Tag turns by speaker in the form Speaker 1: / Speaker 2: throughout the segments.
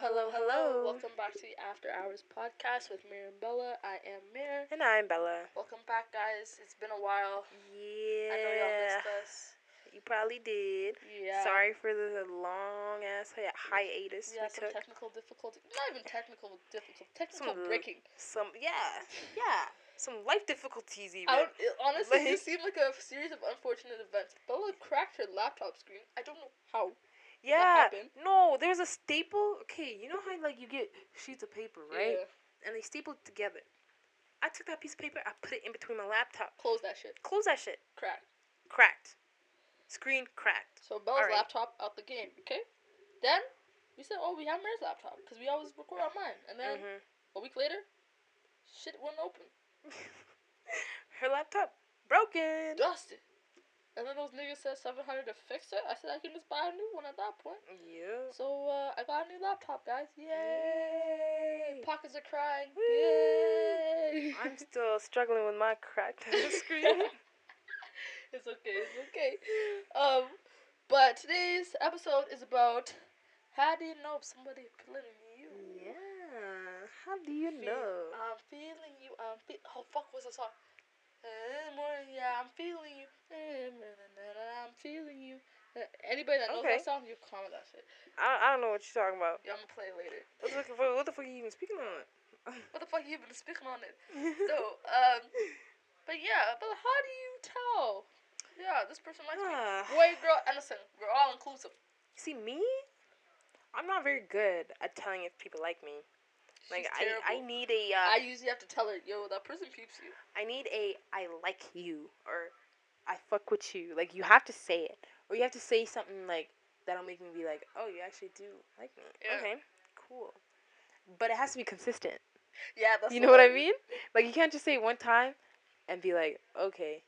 Speaker 1: Hello, hello.
Speaker 2: Welcome back to the After Hours podcast with Mir and Bella. I am Mir.
Speaker 1: And I'm Bella.
Speaker 2: Welcome back, guys. It's been a while.
Speaker 1: Yeah.
Speaker 2: I know y'all missed us.
Speaker 1: You probably did.
Speaker 2: Yeah.
Speaker 1: Sorry for the long ass hi- hiatus
Speaker 2: We had
Speaker 1: we
Speaker 2: some
Speaker 1: took.
Speaker 2: technical difficulty. Not even technical difficulty. Technical
Speaker 1: Some
Speaker 2: breaking.
Speaker 1: some yeah, yeah, some life difficulties even.
Speaker 2: I would, it honestly
Speaker 1: Like-
Speaker 2: just seemed like a series of unfortunate events. Bella cracked her laptop screen. I don't know how.
Speaker 1: yeah.
Speaker 2: happened.
Speaker 1: No, there was a staple. Okay, you know how like you get sheets of paper, right?
Speaker 2: Yeah.
Speaker 1: And they staple it together. I took that piece of paper. I put it in between my laptop.
Speaker 2: Close that shit.
Speaker 1: Close that shit.
Speaker 2: Crack.
Speaker 1: Cracked. Screen cracked.
Speaker 2: So Bella's
Speaker 1: Alright.
Speaker 2: laptop out the game. Okay. Then we said, oh, we have Mir's laptop because we always record on mine. And then
Speaker 1: Mhm.
Speaker 2: a week later, shit wouldn't open.
Speaker 1: Her laptop broken.
Speaker 2: dusted. And then those niggas said 700 to fix it. I said I can just buy a new one at that point.
Speaker 1: Yeah.
Speaker 2: So uh, I got a new laptop, guys. Yay!
Speaker 1: Yay!
Speaker 2: Pockets are crying.
Speaker 1: Woo.
Speaker 2: Yay!
Speaker 1: I'm still struggling with my cracked screen.
Speaker 2: it's okay. It's okay. Um, but today's episode is about how do you know if somebody is feeling you?
Speaker 1: yeah. How do you
Speaker 2: Feel-
Speaker 1: know?
Speaker 2: I'm feeling you. I'm fe- Oh fuck, what's the song? In the morning, yeah, I'm feeling you. Eh, I'm feeling you. Eh, Anybody that knows
Speaker 1: Okay.
Speaker 2: that song, you comment that shit.
Speaker 1: I, I don't know what you're talking about.
Speaker 2: Yeah, I'm gonna play it later.
Speaker 1: What the, fuck, what the fuck are you even speaking on?
Speaker 2: What the fuck you been speaking on it? So, um, but yeah, but how do you tell? Yeah, this person likes me.
Speaker 1: Ah.
Speaker 2: Boy, girl, innocent. We're all inclusive.
Speaker 1: See me? I'm not very good at telling if people like me. Like
Speaker 2: She's terrible.
Speaker 1: I, I need a
Speaker 2: I
Speaker 1: uh,
Speaker 2: usually have to tell her, yo, that person peeps you.
Speaker 1: I need a I like you or I fuck with you. Like you have to say it or you have to say something like that'll make me be like, oh, you actually do like me.
Speaker 2: Yeah.
Speaker 1: Okay, cool. But it has to be consistent.
Speaker 2: Yeah, that's
Speaker 1: you know what I mean? Like you can't just say it one time and be like, okay,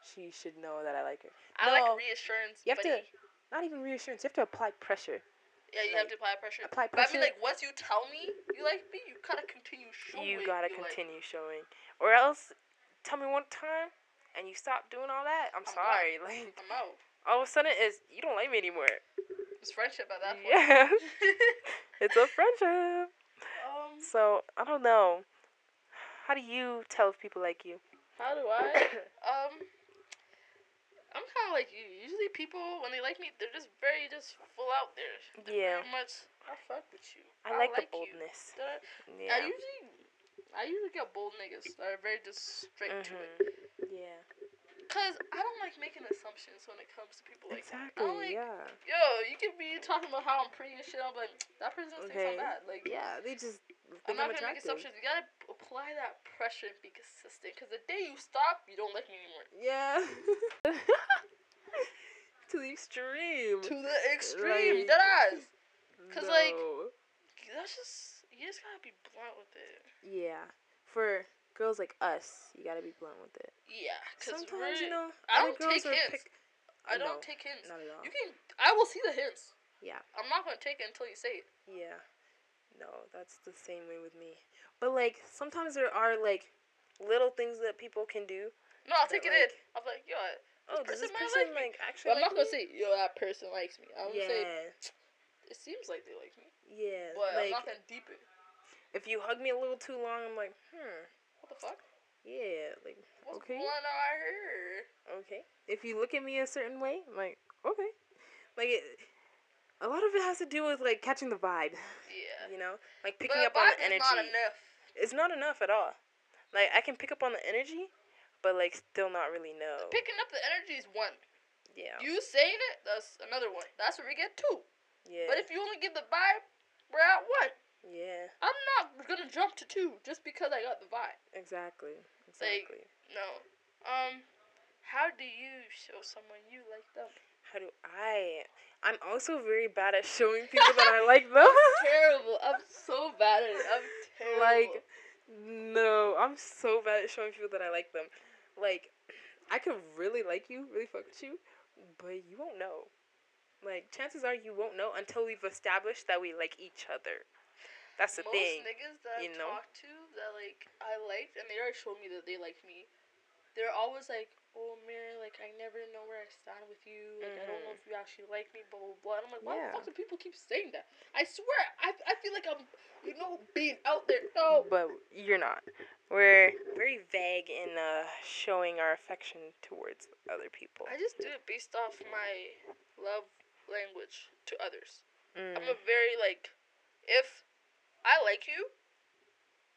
Speaker 1: she should know that I like her.
Speaker 2: I like
Speaker 1: No.
Speaker 2: reassurance.
Speaker 1: You have to-
Speaker 2: buddy.
Speaker 1: Not even reassurance. You have to apply pressure.
Speaker 2: Yeah, you have to apply pressure.
Speaker 1: Apply
Speaker 2: But I
Speaker 1: pressure.
Speaker 2: mean, like, once you tell me you like me, you gotta continue showing.
Speaker 1: you gotta
Speaker 2: like-
Speaker 1: continue showing, or else tell me one time and you stop doing all that. I'm,
Speaker 2: I'm
Speaker 1: sorry. Like
Speaker 2: I'm out.
Speaker 1: all of a sudden, it's you don't like me anymore.
Speaker 2: It's friendship at that point.
Speaker 1: Yeah, it's a friendship.
Speaker 2: um,
Speaker 1: So I don't know. How do you tell if people like you?
Speaker 2: how do I? Um, I'm kind of like you. Usually, people when they like me, they're just very just full out there. They're
Speaker 1: Yeah.
Speaker 2: Very much. I fuck with you.
Speaker 1: I like, the
Speaker 2: you."
Speaker 1: boldness.
Speaker 2: Da- I
Speaker 1: Yeah.
Speaker 2: usually, I usually get bold niggas that are very just straight to it.
Speaker 1: Mhm. Yeah. Mm-hmm.
Speaker 2: Cause I don't like making assumptions when it comes to people like. that.
Speaker 1: Exactly.
Speaker 2: I don't like,
Speaker 1: yeah.
Speaker 2: Yo, you could be talking about how I'm pretty and shit. I'm like, that person thinks
Speaker 1: Okay.
Speaker 2: I'm bad. Like,
Speaker 1: Yeah. They just.
Speaker 2: I'm
Speaker 1: think
Speaker 2: not gonna make
Speaker 1: attractive.
Speaker 2: assumptions. You gotta apply that pressure and be consistent. Cause the day you stop, you don't like me anymore.
Speaker 1: Yeah. to the extreme.
Speaker 2: To the extreme,
Speaker 1: Like-
Speaker 2: that ass. 'cause, like-
Speaker 1: No.
Speaker 2: That's just you just gotta be blunt with it.
Speaker 1: Yeah. For girls like us, you gotta be blunt with it.
Speaker 2: Yeah, because
Speaker 1: Sometimes you know.
Speaker 2: I
Speaker 1: other
Speaker 2: don't
Speaker 1: girls
Speaker 2: take
Speaker 1: are
Speaker 2: hints.
Speaker 1: pick-
Speaker 2: I don't
Speaker 1: no,
Speaker 2: take hints.
Speaker 1: Not at all.
Speaker 2: You can. I will see the hints.
Speaker 1: Yeah.
Speaker 2: I'm not gonna take it until you say it.
Speaker 1: Yeah. No, that's the same way with me. But like sometimes there are like little things that people can do.
Speaker 2: No, I'll
Speaker 1: But,
Speaker 2: take it in.
Speaker 1: like-
Speaker 2: I'm like, yo. I-
Speaker 1: Oh, does
Speaker 2: This
Speaker 1: this
Speaker 2: person might
Speaker 1: person
Speaker 2: like
Speaker 1: like,
Speaker 2: me.
Speaker 1: actually?
Speaker 2: But I'm
Speaker 1: like
Speaker 2: not gonna
Speaker 1: me?
Speaker 2: say, yo, that person likes me. I'm
Speaker 1: yeah.
Speaker 2: gonna say it seems like they like me,
Speaker 1: Yeah.
Speaker 2: but I'm
Speaker 1: like
Speaker 2: not gonna deep it.
Speaker 1: if you hug me a little too long, I'm like, hmm.
Speaker 2: What the fuck?
Speaker 1: Yeah. Like
Speaker 2: What's
Speaker 1: Okay.
Speaker 2: going on out here?
Speaker 1: okay. If you look at me a certain way, I'm like okay. Like it, a lot of it has to do with like catching the vibe.
Speaker 2: Yeah.
Speaker 1: You know, like
Speaker 2: But
Speaker 1: picking up on
Speaker 2: vibe
Speaker 1: the
Speaker 2: is
Speaker 1: energy.
Speaker 2: not enough.
Speaker 1: It's not enough at all. Like I can pick up on the energy, but like still not really know.
Speaker 2: Picking up the energy is one.
Speaker 1: Oh. yeah.
Speaker 2: You saying it, that's another one. That's where we get two.
Speaker 1: yeah.
Speaker 2: But if you only give the vibe, we're at one.
Speaker 1: yeah.
Speaker 2: I'm not gonna jump to two just because I got the vibe.
Speaker 1: Exactly.
Speaker 2: Like-
Speaker 1: Exactly.
Speaker 2: No. Um, how do you show someone you like them?
Speaker 1: How do I? I'm also very bad at showing people that I like them.
Speaker 2: terrible. I'm so bad at it. I'm terrible.
Speaker 1: like, no, I'm so bad at showing people that I like them. Like, I could really like you, really fuck with you, but you won't know. Like, chances are you won't know until we've established that we like each other. That's the
Speaker 2: most
Speaker 1: thing.
Speaker 2: niggas that
Speaker 1: you
Speaker 2: I've
Speaker 1: know?
Speaker 2: talked to that like I liked and they already showed me that they liked me. they're always like, "Oh, Mir, like I never know where I stand with you. Like I don't know
Speaker 1: Mhm.
Speaker 2: if you actually like me." Blah blah blah. And I'm like, why
Speaker 1: Yeah.
Speaker 2: the fuck do people keep saying that? I swear, I, I feel like I'm, you know, being out there. No,
Speaker 1: Oh, But you're not. We're very vague in uh, showing our affection towards other people.
Speaker 2: I just do it based off my love language to others.
Speaker 1: Mm.
Speaker 2: I'm a very like, if I like you,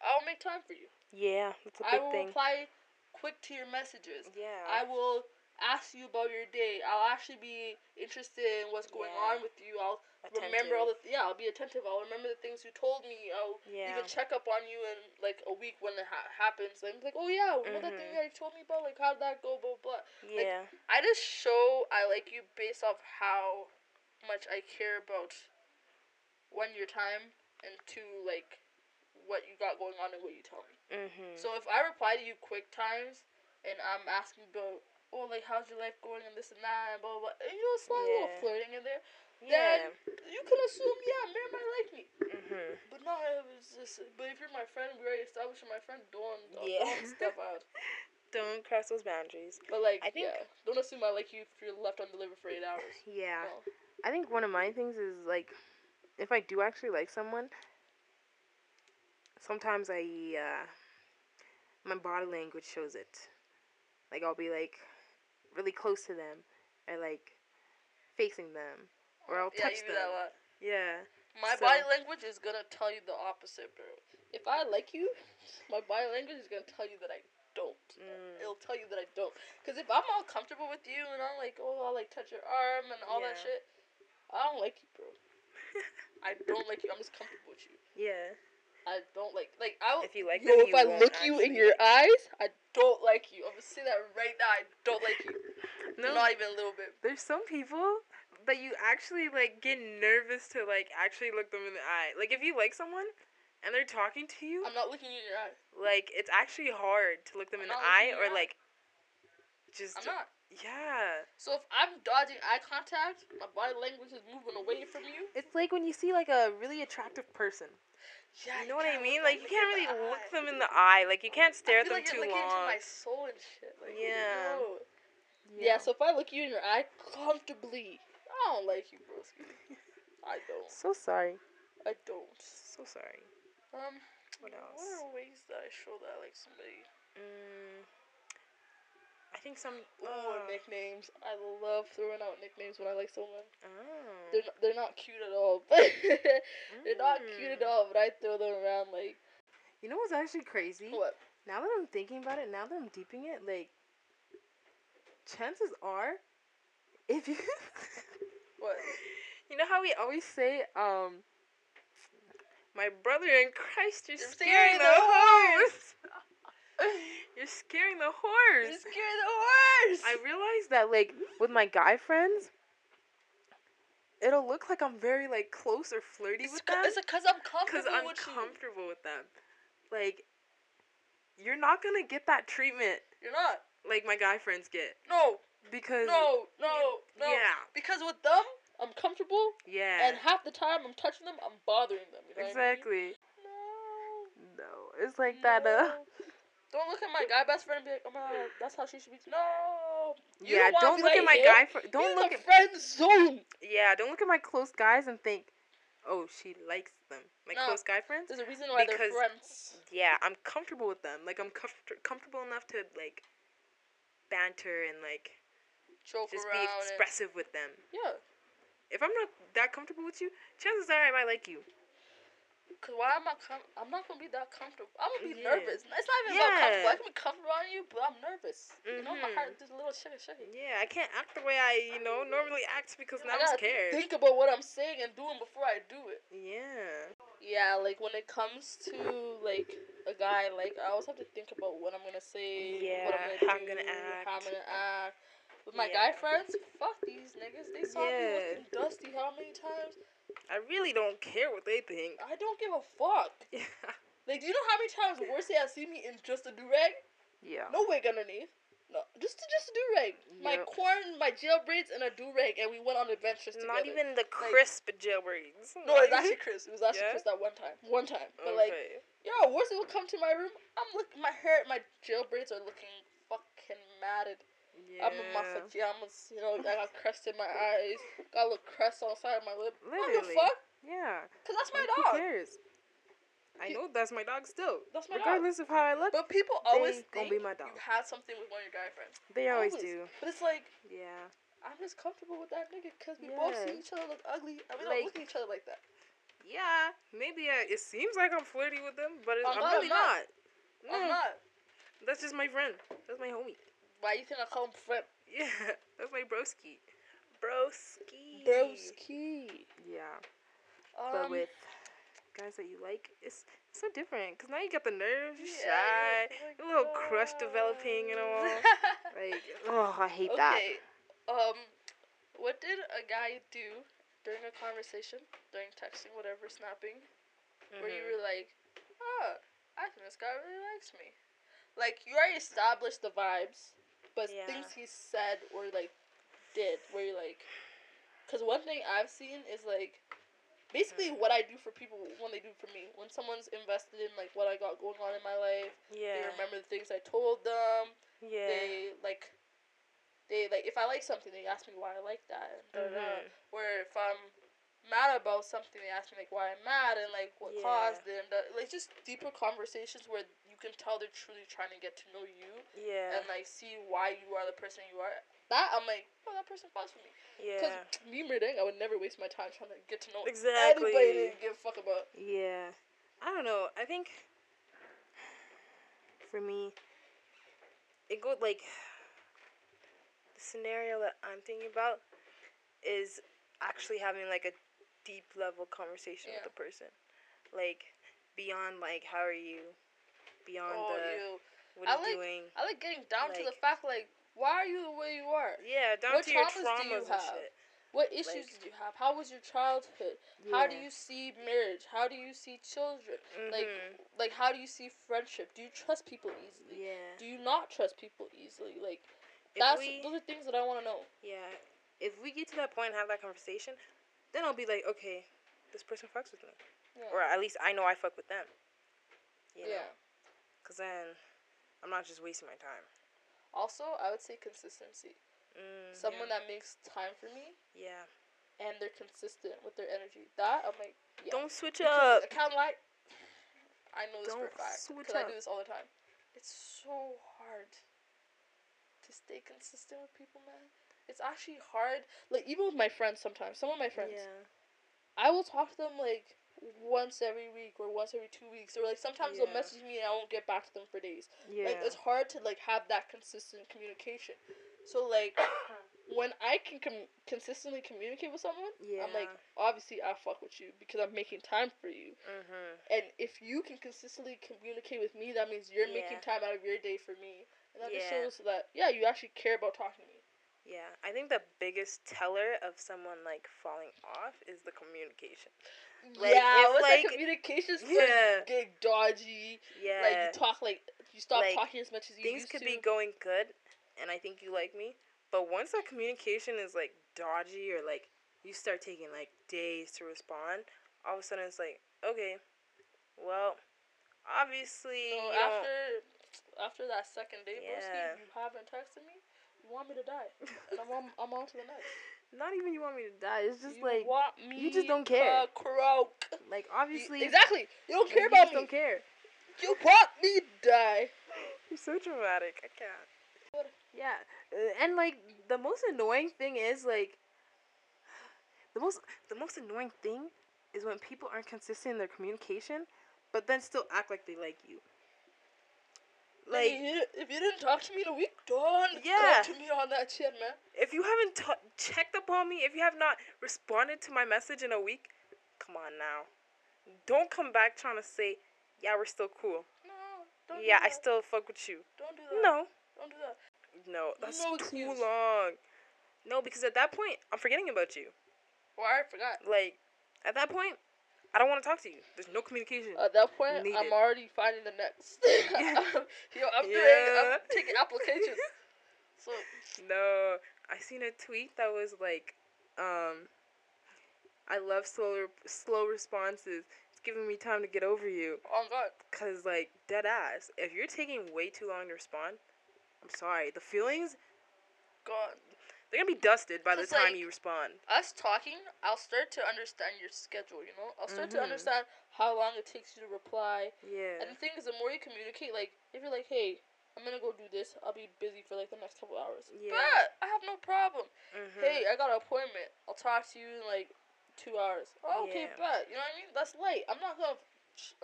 Speaker 2: I'll make time for you.
Speaker 1: Yeah, that's a
Speaker 2: I
Speaker 1: big
Speaker 2: will
Speaker 1: thing.
Speaker 2: reply quick to your messages.
Speaker 1: yeah.
Speaker 2: I will ask you about your day. I'll actually be interested in what's going
Speaker 1: Yeah.
Speaker 2: on with you. I'll remember all the th- yeah. I'll be attentive. I'll remember the things you told me. I'll
Speaker 1: Yeah.
Speaker 2: even check up on you in like a week when it ha- happens. I'm like, oh yeah, remember that
Speaker 1: Mm-hmm.
Speaker 2: thing that you told me about? Like how did that go? Blah blah. blah."
Speaker 1: yeah.
Speaker 2: I just show I like you based off how much I care about one your time and two like what you got going on and what you tell me.
Speaker 1: mhm.
Speaker 2: So if I reply to you quick times and I'm asking about, oh, like, how's your life going and this and that and blah, blah, blah, and, you know, slight little
Speaker 1: Yeah.
Speaker 2: flirting in there,
Speaker 1: yeah.
Speaker 2: then- you can assume, yeah, Mary might like me.
Speaker 1: Mhm.
Speaker 2: But not if it's just, but if you're my friend, we already established you're my friend, don't, don't,
Speaker 1: Yeah.
Speaker 2: don't step out.
Speaker 1: Don't cross those boundaries.
Speaker 2: But, like,
Speaker 1: I think-
Speaker 2: yeah, don't assume I like you if you're left undelivered for eight hours.
Speaker 1: Yeah.
Speaker 2: No.
Speaker 1: I think one of my things is like, if I do actually like someone, sometimes I, uh, my body language shows it. Like I'll be like, really close to them, or like, facing them, or I'll
Speaker 2: yeah, uh,
Speaker 1: touch
Speaker 2: you do
Speaker 1: them.
Speaker 2: that a lot.
Speaker 1: Yeah.
Speaker 2: My
Speaker 1: So-
Speaker 2: body language is gonna tell you the opposite, bro. If I like you, my body language is gonna tell you that I don't.
Speaker 1: Mm.
Speaker 2: It'll tell you that I don't. Cause if I'm all comfortable with you and I'm like, oh, I'll like touch your arm and all that
Speaker 1: Yeah.
Speaker 2: shit, I don't like you, bro. I don't like you. I'm just comfortable with you.
Speaker 1: yeah.
Speaker 2: I don't like like I.
Speaker 1: If you like
Speaker 2: yo,
Speaker 1: them,
Speaker 2: if
Speaker 1: you
Speaker 2: I
Speaker 1: won't
Speaker 2: look you in
Speaker 1: actually-
Speaker 2: your uh, eyes, I don't like you. I'm gonna say that right now. I don't like you.
Speaker 1: No,
Speaker 2: Not even a little bit.
Speaker 1: there's some people that you actually like get nervous to like actually look them in the eye. Like if you like someone and they're talking to you,
Speaker 2: I'm not looking you in your eyes.
Speaker 1: like it's actually hard to look them
Speaker 2: I'm
Speaker 1: in the
Speaker 2: not looking
Speaker 1: eye
Speaker 2: in your
Speaker 1: or
Speaker 2: eye.
Speaker 1: like just
Speaker 2: I'm not.
Speaker 1: yeah.
Speaker 2: So if I'm dodging eye contact, my body language is moving away from you.
Speaker 1: It's like when you see like a really attractive person.
Speaker 2: Yeah,
Speaker 1: you know what I
Speaker 2: can't
Speaker 1: mean?
Speaker 2: look
Speaker 1: Like
Speaker 2: them
Speaker 1: you
Speaker 2: in
Speaker 1: can't
Speaker 2: the
Speaker 1: really look
Speaker 2: eye.
Speaker 1: them in the eye. Like you can't stare
Speaker 2: I
Speaker 1: at them
Speaker 2: feel like
Speaker 1: too
Speaker 2: you're looking
Speaker 1: long.
Speaker 2: into my soul and shit. Like,
Speaker 1: Yeah.
Speaker 2: no. Yeah. So if I look you in your eye comfortably, I don't like you, bro. I don't.
Speaker 1: So sorry.
Speaker 2: I don't.
Speaker 1: So sorry.
Speaker 2: Um.
Speaker 1: What
Speaker 2: What
Speaker 1: else?
Speaker 2: are ways that I show that I like somebody?
Speaker 1: Mm, I think some.
Speaker 2: Oh,
Speaker 1: uh,
Speaker 2: nicknames. I love throwing out nicknames when I like someone.
Speaker 1: oh.
Speaker 2: They're not, they're not cute at all. But they're not cute at
Speaker 1: Mm.
Speaker 2: all. But I throw them around like
Speaker 1: You know what's actually crazy?
Speaker 2: what?
Speaker 1: Now that I'm thinking about it, now that I'm deeping it, like, chances are, if you,
Speaker 2: What?
Speaker 1: you know how we always say, um, my brother in Christ, you're,
Speaker 2: You're
Speaker 1: scaring,
Speaker 2: scaring
Speaker 1: the,
Speaker 2: the
Speaker 1: horse. you're scaring the
Speaker 2: You're
Speaker 1: horse.
Speaker 2: scared the horse.
Speaker 1: I realized that, like, with my guy friends, it'll look like I'm very like close or flirty
Speaker 2: It's
Speaker 1: with
Speaker 2: c-
Speaker 1: them.
Speaker 2: It's because I'm
Speaker 1: because
Speaker 2: comfortable
Speaker 1: I'm
Speaker 2: with you.
Speaker 1: comfortable with them. Like, you're not gonna get that treatment
Speaker 2: You're not.
Speaker 1: like my guy friends get
Speaker 2: No,
Speaker 1: because
Speaker 2: no, no, no.
Speaker 1: yeah,
Speaker 2: Because with them, I'm comfortable,
Speaker 1: yeah,
Speaker 2: and half the time I'm touching them, I'm bothering them. You know
Speaker 1: exactly.
Speaker 2: What I mean?
Speaker 1: No, it's
Speaker 2: No.
Speaker 1: like that. Uh,
Speaker 2: no. Don't look at my guy best friend and be like, oh my god, that's how she should be. No. You
Speaker 1: yeah,
Speaker 2: wanna
Speaker 1: don't
Speaker 2: be
Speaker 1: look at
Speaker 2: like
Speaker 1: my
Speaker 2: him.
Speaker 1: guy. Fr-
Speaker 2: He's
Speaker 1: don't
Speaker 2: in
Speaker 1: look
Speaker 2: the
Speaker 1: at
Speaker 2: friend zone.
Speaker 1: yeah, don't look at my close guys and think, oh, she likes them. My
Speaker 2: No.
Speaker 1: close guy friends.
Speaker 2: There's a reason why they're
Speaker 1: Because-
Speaker 2: friends.
Speaker 1: Yeah, I'm comfortable with them. Like I'm comfort- comfortable enough to like banter and like
Speaker 2: Joke
Speaker 1: just be
Speaker 2: around. and-
Speaker 1: expressive with them.
Speaker 2: yeah.
Speaker 1: If I'm not that comfortable with you, chances are I might like you.
Speaker 2: Cause why am I com- I'm not gonna be that comfortable. I'm gonna be
Speaker 1: Yeah.
Speaker 2: nervous. It's not even about comfortable. I
Speaker 1: Yeah.
Speaker 2: can be comfortable on you, but I'm nervous. You know, my
Speaker 1: Mhm.
Speaker 2: heart is a little shaky, shaky.
Speaker 1: Yeah, I can't act the way I, you know, normally act because now
Speaker 2: I
Speaker 1: I'm
Speaker 2: gotta
Speaker 1: scared.
Speaker 2: think about what I'm saying and doing before I do it.
Speaker 1: Yeah.
Speaker 2: Yeah, like when it comes to like a guy, like I always have to think about what I'm gonna say, what I'm
Speaker 1: Yeah,
Speaker 2: gonna
Speaker 1: how I'm
Speaker 2: do,
Speaker 1: gonna
Speaker 2: how I'm
Speaker 1: act.
Speaker 2: gonna act. With my guy
Speaker 1: Yeah.
Speaker 2: friends, fuck these niggas. They saw me
Speaker 1: Yeah.
Speaker 2: looking dusty how many times?
Speaker 1: I really don't care what they think.
Speaker 2: I don't give a fuck.
Speaker 1: Yeah.
Speaker 2: Like, do you know how many times worse they have seen me in just a do rag?
Speaker 1: Yeah.
Speaker 2: No wig underneath. No, just just a do rag. My
Speaker 1: Yep.
Speaker 2: corn, my jail braids, and a do rag, and we went on adventures together.
Speaker 1: Not even the crisp jailbreaks.
Speaker 2: No,
Speaker 1: Not
Speaker 2: it was
Speaker 1: even-
Speaker 2: actually Chris. It was actually
Speaker 1: Yeah?
Speaker 2: Chris that one time. One time, but like,
Speaker 1: Okay.
Speaker 2: yo, Worsley will come to my room. I'm look, my hair, my jail braids are looking fucking mad at
Speaker 1: Yeah.
Speaker 2: I'm in my pajamas, you know, I got crust in my eyes, got a little crust on the side of my lip. I don't give
Speaker 1: Literally.
Speaker 2: a fuck,
Speaker 1: Yeah.
Speaker 2: cause that's my
Speaker 1: Like, Who
Speaker 2: dog.
Speaker 1: cares? I
Speaker 2: He-
Speaker 1: know that's my dog still.
Speaker 2: That's my dog.
Speaker 1: Regardless of how I look,
Speaker 2: But people always
Speaker 1: gonna
Speaker 2: think
Speaker 1: be my dog.
Speaker 2: you had something with one of your guy friends.
Speaker 1: they always
Speaker 2: always.
Speaker 1: do.
Speaker 2: But it's like
Speaker 1: Yeah.
Speaker 2: I'm just comfortable with that nigga because we both see
Speaker 1: Yeah.
Speaker 2: each other look ugly and we
Speaker 1: Like-
Speaker 2: don't look at each other like that.
Speaker 1: Yeah. Maybe I, it seems like I'm flirty with them, but it's,
Speaker 2: Oh, I'm
Speaker 1: I'm,
Speaker 2: not,
Speaker 1: really
Speaker 2: I'm
Speaker 1: not.
Speaker 2: not. I'm
Speaker 1: No,
Speaker 2: not.
Speaker 1: that's just my friend. That's my homie.
Speaker 2: Why you think I call him friend?
Speaker 1: Yeah, that's my broski. Broski.
Speaker 2: Broski.
Speaker 1: Yeah,
Speaker 2: Um,
Speaker 1: but with guys that you like, it's it's so different. Cause now you got the nerves, you're
Speaker 2: yeah,
Speaker 1: shy,
Speaker 2: oh my
Speaker 1: a little crush developing and all.
Speaker 2: God.
Speaker 1: like, oh, I hate that.
Speaker 2: Okay. Um, what did a guy do during a conversation, during texting, whatever, snapping, where you
Speaker 1: Mhm.
Speaker 2: were like, oh, I think this guy really likes me? Like, you already established the vibes, but
Speaker 1: Yeah.
Speaker 2: things he said or, like, did, where you're like, because one thing I've seen is, like, basically
Speaker 1: Mm.
Speaker 2: what I do for people when they do for me. When someone's invested in, like, what I got going on in my life, they
Speaker 1: Mm-hmm. yeah,
Speaker 2: remember the things I told them,
Speaker 1: yeah.
Speaker 2: they like they like if I like something they ask me why I like that and da, da, da.
Speaker 1: Mhm.
Speaker 2: where if I'm mad about something they ask me like why I'm mad and like what
Speaker 1: Yeah.
Speaker 2: caused it and da, like just deeper conversations where you can tell they're truly trying to get to know you
Speaker 1: yeah,
Speaker 2: and like see why you are the person you are. That I'm like, oh that person falls for me. Because
Speaker 1: yeah,
Speaker 2: me merding, I would never waste my time trying to get to know
Speaker 1: exactly.
Speaker 2: anybody they didn't give a fuck about.
Speaker 1: Yeah. I don't know. I think for me, it go like the scenario that I'm thinking about is actually having like a deep level conversation
Speaker 2: Yeah.
Speaker 1: with the person, like beyond like how are you, beyond
Speaker 2: Oh
Speaker 1: the
Speaker 2: you
Speaker 1: what
Speaker 2: I
Speaker 1: are you
Speaker 2: like-
Speaker 1: doing.
Speaker 2: I like getting down to the
Speaker 1: Like-
Speaker 2: fact like why are you the way you are?
Speaker 1: Yeah, down
Speaker 2: What
Speaker 1: to your
Speaker 2: traumas do you
Speaker 1: traumas and
Speaker 2: have?
Speaker 1: shit.
Speaker 2: What issues
Speaker 1: Like-
Speaker 2: did you have? How was your childhood? How do
Speaker 1: Yeah.
Speaker 2: you see marriage? How do you see children? Like
Speaker 1: Mhm.
Speaker 2: like how do you see friendship? Do you trust people easily?
Speaker 1: yeah.
Speaker 2: Do you not trust people easily? Like
Speaker 1: If
Speaker 2: that's
Speaker 1: we-
Speaker 2: those are things that I want to know.
Speaker 1: Yeah. If we get to that point and have that conversation, then I'll be like, okay, this person fucks with me.
Speaker 2: Yeah.
Speaker 1: Or at least I know I fuck with them. You know?
Speaker 2: Yeah.
Speaker 1: Because then I'm not just wasting my time.
Speaker 2: Also, I would say consistency.
Speaker 1: Mm,
Speaker 2: Someone that makes time for me
Speaker 1: Yeah.
Speaker 2: and they're consistent with their energy. That I'm like yeah.
Speaker 1: Don't switch
Speaker 2: Because
Speaker 1: up.
Speaker 2: Account like I know this for a
Speaker 1: Don't
Speaker 2: fact
Speaker 1: switch
Speaker 2: because I
Speaker 1: up.
Speaker 2: do this all the time. It's so hard to stay consistent with people, man. It's actually hard. Like even with my friends, sometimes some of my friends, I will talk to them like once every week or once every two weeks, or like sometimes
Speaker 1: Yeah.
Speaker 2: they'll message me and I won't get back to them for days.
Speaker 1: Yeah.
Speaker 2: Like it's hard to like have that consistent communication. So like when I can com- consistently communicate with someone,
Speaker 1: yeah.
Speaker 2: I'm like obviously I fuck with you because I'm making time for you.
Speaker 1: mm-hmm.
Speaker 2: And if you can consistently communicate with me, that means you're making
Speaker 1: Yeah.
Speaker 2: time out of your day for me. And that just
Speaker 1: Yeah.
Speaker 2: shows that, yeah, you actually care about talking to me.
Speaker 1: Yeah. I think the biggest teller of someone like falling off is the communication. Like,
Speaker 2: yeah,
Speaker 1: if,
Speaker 2: once like,
Speaker 1: like-
Speaker 2: communications
Speaker 1: Yeah.
Speaker 2: start getting dodgy,
Speaker 1: Yeah.
Speaker 2: like you talk like, you stop
Speaker 1: Like,
Speaker 2: talking as much as you
Speaker 1: things
Speaker 2: used
Speaker 1: could
Speaker 2: to.
Speaker 1: be going good and i think you like me but once that communication is like dodgy or like you start taking like days to respond all of a sudden it's like okay well obviously
Speaker 2: So
Speaker 1: you don't-
Speaker 2: after, after that second date,
Speaker 1: Yeah.
Speaker 2: broski, you haven't texted me, you want me to die. And I'm on, I'm on to the next.
Speaker 1: not even you want me to die it's just
Speaker 2: you
Speaker 1: like
Speaker 2: want me
Speaker 1: you just don't care.
Speaker 2: to croak. You-
Speaker 1: like obviously
Speaker 2: exactly. You don't
Speaker 1: like,
Speaker 2: care
Speaker 1: you
Speaker 2: about
Speaker 1: just
Speaker 2: me.
Speaker 1: don't care
Speaker 2: You want me to die.
Speaker 1: you're so dramatic i can't
Speaker 2: What?
Speaker 1: yeah uh, and like the most annoying thing is like the most the most annoying thing is when people aren't consistent in their communication but then still act like they like you
Speaker 2: Like,
Speaker 1: like
Speaker 2: if you didn't talk to me in a week, don't
Speaker 1: Yeah.
Speaker 2: talk to me on that shit, man.
Speaker 1: if you haven't ta- checked up on me if you have not responded to my message in a week come on now don't come back trying to say yeah we're still cool
Speaker 2: No, don't.
Speaker 1: yeah
Speaker 2: do
Speaker 1: I
Speaker 2: that.
Speaker 1: still fuck with you
Speaker 2: Don't do that.
Speaker 1: no
Speaker 2: don't do that.
Speaker 1: no that's
Speaker 2: No
Speaker 1: too
Speaker 2: excuse.
Speaker 1: long no because at that point I'm forgetting about you
Speaker 2: Well, I forgot.
Speaker 1: like at that point I don't want to talk to you there's no communication
Speaker 2: At that point,
Speaker 1: Need
Speaker 2: I'm
Speaker 1: it.
Speaker 2: already finding the next. Yo, I'm doing.
Speaker 1: Yeah.
Speaker 2: I'm taking applications. so
Speaker 1: No, I seen a tweet that was like, um, I love slow slow responses. It's giving me time to get over you.
Speaker 2: on God,
Speaker 1: Cause like dead ass, if you're taking way too long to respond, I'm sorry. The feelings,
Speaker 2: God.
Speaker 1: they're gonna be dusted by the
Speaker 2: 'Cause,
Speaker 1: time
Speaker 2: like,
Speaker 1: you respond.
Speaker 2: Us talking, I'll start to understand your schedule, you know? I'll start
Speaker 1: Mhm.
Speaker 2: to understand how long it takes you to reply.
Speaker 1: Yeah.
Speaker 2: And the thing is, the more you communicate, like, if you're like, hey, I'm gonna go do this, I'll be busy for like the next couple hours.
Speaker 1: Yeah.
Speaker 2: But I have no problem.
Speaker 1: Mhm.
Speaker 2: hey, I got an appointment. I'll talk to you in like two hours. Oh, okay,
Speaker 1: Yeah.
Speaker 2: but you know what I mean? That's late. I'm not gonna,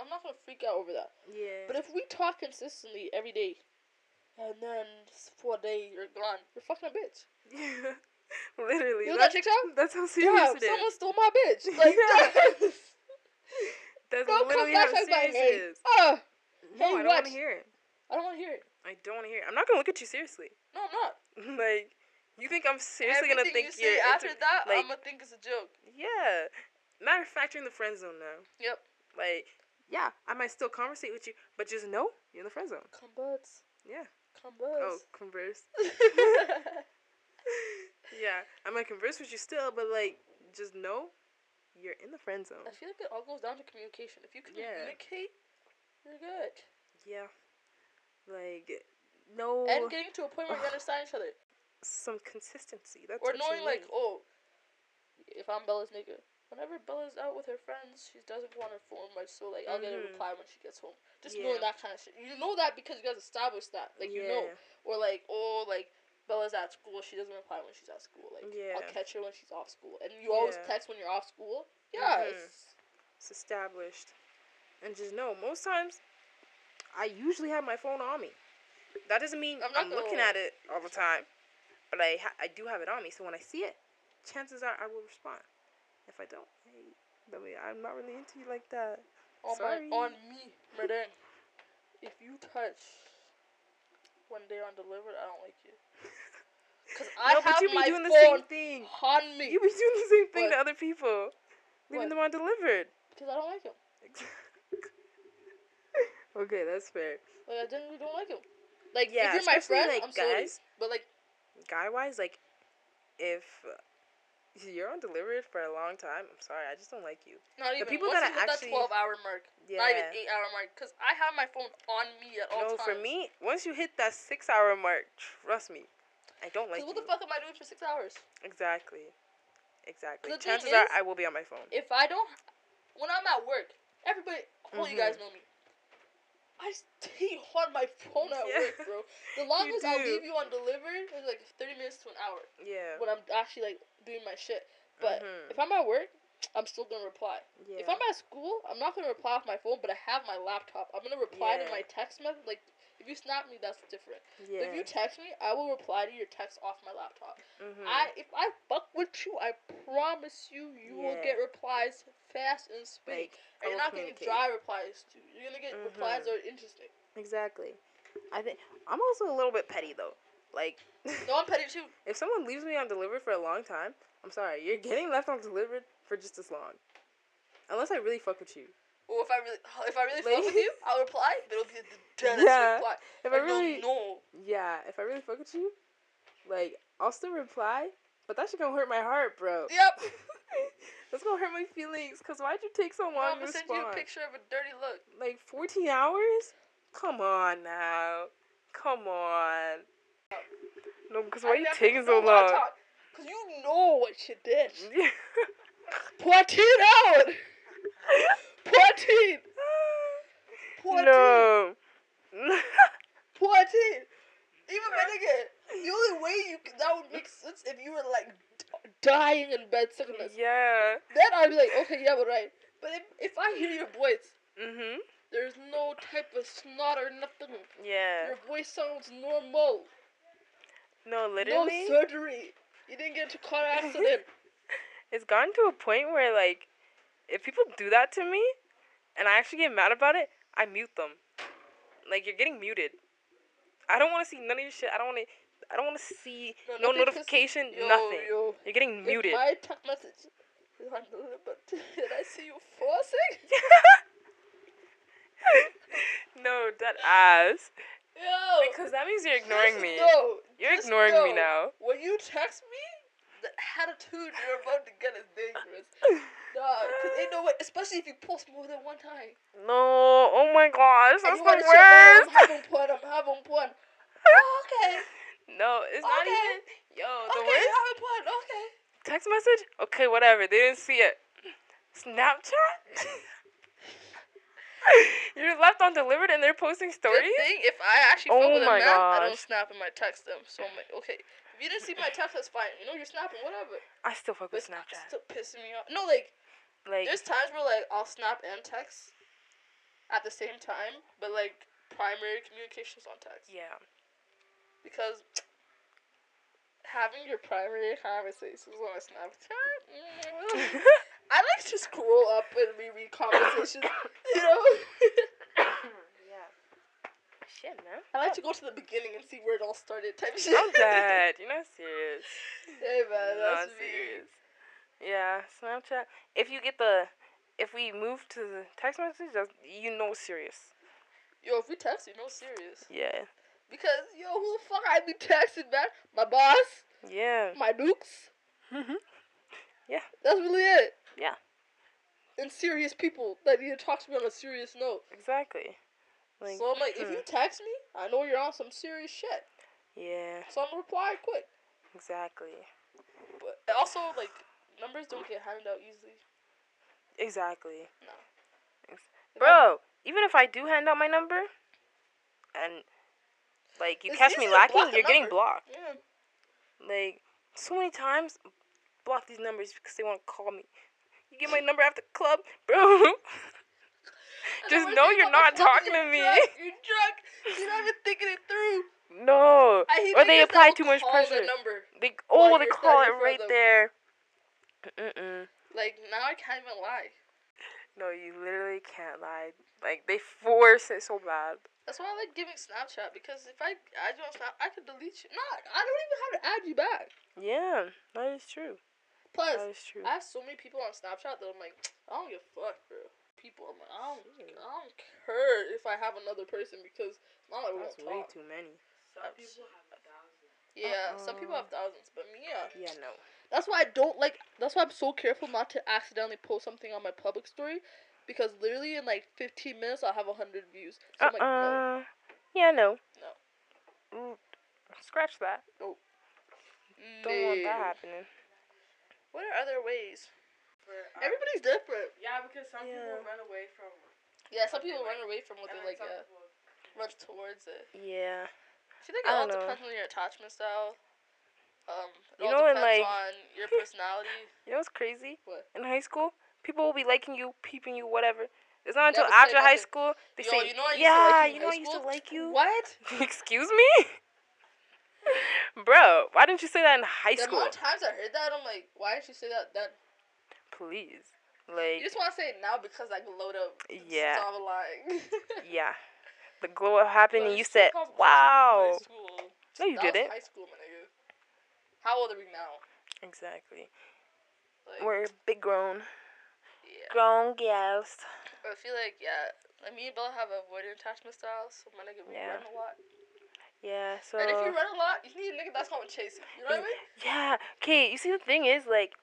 Speaker 2: I'm not gonna freak out over that.
Speaker 1: Yeah.
Speaker 2: But if we talk consistently every day, and then s- for a day you're gone, you're fucking a bitch.
Speaker 1: Literally.
Speaker 2: You know that
Speaker 1: that's,
Speaker 2: TikTok?
Speaker 1: that's how serious
Speaker 2: Yeah,
Speaker 1: it is.
Speaker 2: someone stole my bitch. Like,
Speaker 1: Yeah. That's
Speaker 2: don't come
Speaker 1: literally
Speaker 2: back
Speaker 1: how
Speaker 2: like my
Speaker 1: serious
Speaker 2: hey.
Speaker 1: it is. No,
Speaker 2: Uh, hey,
Speaker 1: I don't
Speaker 2: what?
Speaker 1: want to hear it.
Speaker 2: I don't want to hear it.
Speaker 1: I don't want to hear it. I'm not gonna look at you seriously.
Speaker 2: No, I'm not.
Speaker 1: like, you think I'm seriously
Speaker 2: Everything
Speaker 1: gonna think
Speaker 2: you
Speaker 1: are
Speaker 2: say after that,
Speaker 1: like-
Speaker 2: I'm gonna think it's a joke.
Speaker 1: Yeah. Matter of fact, you're in the friend zone now.
Speaker 2: Yep.
Speaker 1: Like, yeah, I might still conversate with you, but just know you're in the friend zone.
Speaker 2: Come butts.
Speaker 1: Yeah.
Speaker 2: Come
Speaker 1: Oh,
Speaker 2: butts.
Speaker 1: converse. Yeah, I might converse with you still, but like, just know you're in the friend zone.
Speaker 2: I feel like it all goes down to communication. If you
Speaker 1: Yeah.
Speaker 2: communicate, you're good.
Speaker 1: Yeah. Like, no
Speaker 2: And getting to a point where you
Speaker 1: Ugh.
Speaker 2: understand each other.
Speaker 1: some consistency. That's
Speaker 2: or
Speaker 1: what you
Speaker 2: knowing, like,
Speaker 1: need.
Speaker 2: oh, if I'm Bella's nigga, whenever Bella's out with her friends, she doesn't want her phone much, so, like, I'll get a
Speaker 1: Mhm.
Speaker 2: reply when she gets home. Just
Speaker 1: Yeah.
Speaker 2: knowing that kind of shit. You know that because you guys established that. Like, you know. Or, like, oh, like, Bella's at school, she doesn't reply when she's at school. Like,
Speaker 1: Yeah.
Speaker 2: I'll catch her when she's off school. And you always
Speaker 1: Yeah.
Speaker 2: text when you're off school. Yeah.
Speaker 1: Mhm.
Speaker 2: it's-
Speaker 1: It's established. And just know, most times, I usually have my phone on me. That doesn't mean
Speaker 2: I'm
Speaker 1: I'm,
Speaker 2: not gonna
Speaker 1: looking
Speaker 2: lie.
Speaker 1: at it all the time, but I ha- I do have it on me. So when I see it, chances are I will respond. If I don't, hey, I mean, I'm not really into you like that.
Speaker 2: on
Speaker 1: Sorry.
Speaker 2: my on me, Murder. If you touch when they're undelivered, I don't like you. Cause I
Speaker 1: no,
Speaker 2: have
Speaker 1: but you be
Speaker 2: my
Speaker 1: doing the
Speaker 2: phone
Speaker 1: same thing.
Speaker 2: on me.
Speaker 1: You be doing the same thing
Speaker 2: What?
Speaker 1: to other people, leaving
Speaker 2: What?
Speaker 1: them undelivered.
Speaker 2: Cause I don't like him.
Speaker 1: okay, that's fair.
Speaker 2: Like I genuinely don't like him. Like
Speaker 1: Yeah,
Speaker 2: if you're my
Speaker 1: especially,
Speaker 2: friend,
Speaker 1: like,
Speaker 2: I'm sorry.
Speaker 1: guys.
Speaker 2: But like
Speaker 1: guy wise, like if you're on delivered for a long time, I'm sorry, I just don't like you.
Speaker 2: not even
Speaker 1: people
Speaker 2: once
Speaker 1: that I
Speaker 2: you hit
Speaker 1: actually-
Speaker 2: that twelve hour mark,
Speaker 1: Yeah.
Speaker 2: not even eight hour mark, cause I have my phone on me at
Speaker 1: no,
Speaker 2: all times.
Speaker 1: for me, once you hit that six hour mark, trust me, I don't like you.
Speaker 2: Cause what the fuck am I doing for six hours?
Speaker 1: Exactly, exactly.
Speaker 2: The thing
Speaker 1: Chances are
Speaker 2: is-
Speaker 1: I will be on my phone.
Speaker 2: If I don't, when I'm at work, everybody, all
Speaker 1: Mhm.
Speaker 2: you guys know me. I stay on my phone at
Speaker 1: Yeah.
Speaker 2: work, bro. The longest I'll
Speaker 1: do.
Speaker 2: leave you undelivered is like 30 minutes to an hour
Speaker 1: Yeah.
Speaker 2: when I'm actually like doing my shit. But
Speaker 1: Mhm.
Speaker 2: if I'm at work, I'm still gonna reply.
Speaker 1: yeah.
Speaker 2: If I'm at school, I'm not gonna reply off my phone, but I have my laptop. I'm gonna reply
Speaker 1: Yeah.
Speaker 2: to my text message. Like, if you snap me, that's different.
Speaker 1: yeah.
Speaker 2: If you text me, I will reply to your text off my laptop.
Speaker 1: Mhm.
Speaker 2: I if I fuck with you, I promise you, you will
Speaker 1: Yeah.
Speaker 2: get replies fast and speedy.
Speaker 1: like I
Speaker 2: and
Speaker 1: will
Speaker 2: you're not gonna get
Speaker 1: communicate.
Speaker 2: dry replies too. You're gonna get replies
Speaker 1: Mhm.
Speaker 2: that are interesting.
Speaker 1: Exactly. I think I'm also a little bit petty though. Like
Speaker 2: No, I'm petty too.
Speaker 1: if someone leaves me undelivered for a long time, I'm sorry, you're getting left undelivered for just as long. Unless I really fuck with you.
Speaker 2: Or if I really, if I really fuck
Speaker 1: Like-
Speaker 2: with you, I'll reply. But it'll be the deadest
Speaker 1: Yeah.
Speaker 2: reply.
Speaker 1: If I
Speaker 2: Like, you'll
Speaker 1: really
Speaker 2: know.
Speaker 1: Yeah, if I really fuck with you, like I'll still reply, but that shit gonna hurt my heart, bro.
Speaker 2: Yep.
Speaker 1: That's gonna hurt my feelings. Cause why'd you take so long
Speaker 2: I'm
Speaker 1: to
Speaker 2: gonna send you a
Speaker 1: respond?
Speaker 2: picture of a dirty look.
Speaker 1: Like fourteen hours? Come on now, come on. No, because why
Speaker 2: I
Speaker 1: are you
Speaker 2: never-
Speaker 1: taking so
Speaker 2: no, when I
Speaker 1: long? Mm-hmm.
Speaker 2: talk- Cause you know what you did.
Speaker 1: Yeah.
Speaker 2: Point it out. Point it. Point it.
Speaker 1: no.
Speaker 2: Fourteen. Even my nigga, the only way you c that would make sense if you were like d- dying in bed sickness.
Speaker 1: yeah.
Speaker 2: Then I'd be like, okay, yeah, but right. But if, if I hear your voice,
Speaker 1: Mhm.
Speaker 2: there's no type of snot or nothing.
Speaker 1: Yeah.
Speaker 2: Your voice sounds normal.
Speaker 1: No,
Speaker 2: No
Speaker 1: literally.
Speaker 2: surgery. You didn't get into car accident.
Speaker 1: it's gotten to a point where like if people do that to me and I actually get mad about it, I mute them. Like you're getting muted. I don't want to see none of your shit. I don't want to. I don't want to see
Speaker 2: No,
Speaker 1: no,
Speaker 2: nothing
Speaker 1: notification.
Speaker 2: Yo,
Speaker 1: nothing.
Speaker 2: yo.
Speaker 1: You're getting
Speaker 2: If
Speaker 1: muted.
Speaker 2: my text message is unlimited, did I see you forcing?
Speaker 1: no, that ass.
Speaker 2: Yo.
Speaker 1: Because that means you're ignoring
Speaker 2: just
Speaker 1: me.
Speaker 2: know-
Speaker 1: You're
Speaker 2: just
Speaker 1: ignoring me
Speaker 2: know.
Speaker 1: now.
Speaker 2: When you text me, the attitude you're about to get is dangerous. Dog, 'cause they know what, especially if you post more than one time.
Speaker 1: No. Oh my gosh.
Speaker 2: And
Speaker 1: That's the
Speaker 2: you wanna show, oh, I'm
Speaker 1: worst.
Speaker 2: having fun, I'm having fun. okay,
Speaker 1: No, it's not
Speaker 2: Okay.
Speaker 1: even. Yo, Oh, the
Speaker 2: okay,
Speaker 1: worst
Speaker 2: you have a plan. Okay.
Speaker 1: text message. Okay, whatever. They didn't see it. Snapchat. You're left undelivered, and they're posting stories.
Speaker 2: Good thing if I actually
Speaker 1: Oh
Speaker 2: follow them
Speaker 1: my
Speaker 2: now, I don't
Speaker 1: gosh.
Speaker 2: snap them. I text them. So I'm like, okay, if you didn't see my text, that's fine. You know, you're snapping, whatever.
Speaker 1: I still fuck
Speaker 2: But
Speaker 1: with
Speaker 2: it's
Speaker 1: Snapchat.
Speaker 2: still pissing me off. No, like
Speaker 1: Like,
Speaker 2: there's times where like I'll snap and text at the same time, but like primary communications on text
Speaker 1: yeah,
Speaker 2: because having your primary conversations on Snapchat. mm, I like to scroll up and reread conversations. You know,
Speaker 1: yeah. Shit, man.
Speaker 2: I like to go to the beginning and see where it all started. Type shit.
Speaker 1: I'm dead. You're not serious.
Speaker 2: Hey man,
Speaker 1: not
Speaker 2: that's me.
Speaker 1: serious. Yeah, Snapchat. If you get the, if we move to the text message, that's, you know, serious.
Speaker 2: Yo, if we text, you no serious.
Speaker 1: Yeah.
Speaker 2: Because yo, who the fuck I be texting, man? My boss,
Speaker 1: Yeah.
Speaker 2: my nukes.
Speaker 1: Mm-hmm. Yeah.
Speaker 2: That's really it.
Speaker 1: Yeah.
Speaker 2: And serious people that need to talk to me on a serious note.
Speaker 1: Exactly. Like,
Speaker 2: so I'm like, if
Speaker 1: hmm.
Speaker 2: you text me, I know you're on some serious shit.
Speaker 1: yeah,
Speaker 2: So I'm gonna reply quick.
Speaker 1: exactly.
Speaker 2: But also, like, numbers don't get handed out easily.
Speaker 1: Exactly.
Speaker 2: If I-
Speaker 1: Bro, even if I do hand out my number and like you
Speaker 2: It's
Speaker 1: catch me
Speaker 2: easy to block
Speaker 1: lacking,
Speaker 2: a
Speaker 1: you're getting
Speaker 2: number.
Speaker 1: blocked.
Speaker 2: Yeah.
Speaker 1: Like so many times block these numbers because they want to call me. You get my number after club, bro.
Speaker 2: And
Speaker 1: Just
Speaker 2: the worst
Speaker 1: know
Speaker 2: thing
Speaker 1: you're not
Speaker 2: about the fuck is
Speaker 1: talking
Speaker 2: you're
Speaker 1: to me.
Speaker 2: drunk, You're drunk. You're not even thinking it through.
Speaker 1: no.
Speaker 2: I hate
Speaker 1: Or they
Speaker 2: niggas that
Speaker 1: apply
Speaker 2: will
Speaker 1: too much
Speaker 2: call
Speaker 1: pressure.
Speaker 2: The number.
Speaker 1: They
Speaker 2: While
Speaker 1: oh, they
Speaker 2: you're
Speaker 1: call it
Speaker 2: studying for
Speaker 1: right
Speaker 2: them.
Speaker 1: there. Mm-mm.
Speaker 2: Like now, I can't even lie.
Speaker 1: No, you literally can't lie. Like they force it so bad.
Speaker 2: That's why I like giving Snapchat because if I add you on Snap, I could delete you. No, I don't even have to add you back.
Speaker 1: Yeah, that is true.
Speaker 2: Plus,
Speaker 1: That is true.
Speaker 2: I have so many people on Snapchat that I'm like, I don't give a fuck, bro. People, I'm like, I don't,
Speaker 1: Shit.
Speaker 2: I don't care if I have another person because it's not like we
Speaker 1: That's
Speaker 2: don't
Speaker 1: way
Speaker 2: talk.
Speaker 1: too many.
Speaker 3: Some people have a thousand.
Speaker 2: Yeah, some people
Speaker 1: Uh-uh.
Speaker 2: have thousands, but me, yeah.
Speaker 1: Yeah, no.
Speaker 2: That's why I don't like. That's why I'm so careful not to accidentally post something on my public story, because literally in like 15 minutes I'll have 100 views.
Speaker 1: Uh
Speaker 2: So I'm like,
Speaker 1: uh
Speaker 2: no,
Speaker 1: Yeah, no.
Speaker 2: No.
Speaker 1: Mm, Scratch that. Don't want
Speaker 2: no.
Speaker 1: that happening.
Speaker 2: What are other ways?
Speaker 3: For, um,
Speaker 2: Everybody's different.
Speaker 3: yeah, because some
Speaker 1: Yeah.
Speaker 3: people run away from
Speaker 2: Yeah, some people run away from what
Speaker 3: and
Speaker 2: they like.
Speaker 3: then some
Speaker 2: Yeah,
Speaker 3: people-
Speaker 2: run towards it.
Speaker 1: Yeah.
Speaker 2: I think it
Speaker 1: I
Speaker 2: all
Speaker 1: don't know.
Speaker 2: depends on your attachment style. Um, it
Speaker 1: You
Speaker 2: all
Speaker 1: know, and, like-
Speaker 2: depends on your personality.
Speaker 1: You know what's crazy?
Speaker 2: What?
Speaker 1: In high school, people will be liking you, peeping you, whatever. It's not until
Speaker 2: Never say
Speaker 1: after high
Speaker 2: nothing.
Speaker 1: school they
Speaker 2: Yo,
Speaker 1: say,
Speaker 2: you know I used to like
Speaker 1: "Yeah,
Speaker 2: you in
Speaker 1: you know
Speaker 2: high
Speaker 1: I used to
Speaker 2: school?"
Speaker 1: like you."
Speaker 2: what?
Speaker 1: Excuse me, bro. Why didn't you say that in high
Speaker 2: The
Speaker 1: school?
Speaker 2: amount of times I heard that, I'm like, why did you say that? That
Speaker 1: Please,
Speaker 2: you
Speaker 1: like,
Speaker 2: just want to say it now because I glowed up. and
Speaker 1: Yeah.
Speaker 2: Stop lying.
Speaker 1: yeah. The glow up happened, and
Speaker 2: Like,
Speaker 1: you
Speaker 2: fuck
Speaker 1: said,
Speaker 2: off, bitch.
Speaker 1: "Wow."
Speaker 2: High school.
Speaker 1: No, you
Speaker 2: That was
Speaker 1: didn't.
Speaker 2: High school, my nigga. How old are we now?
Speaker 1: Exactly.
Speaker 2: Like,
Speaker 1: We're big grown,
Speaker 2: yeah.
Speaker 1: grown gals.
Speaker 2: I feel like yeah. Like me and Bella have avoidant attachment styles, so my nigga we
Speaker 1: Yeah.
Speaker 2: run a lot.
Speaker 1: Yeah. So.
Speaker 2: And if you run a lot, you need a nigga that's gonna chase you. You know what I mean?
Speaker 1: Yeah. Okay, you see the thing is like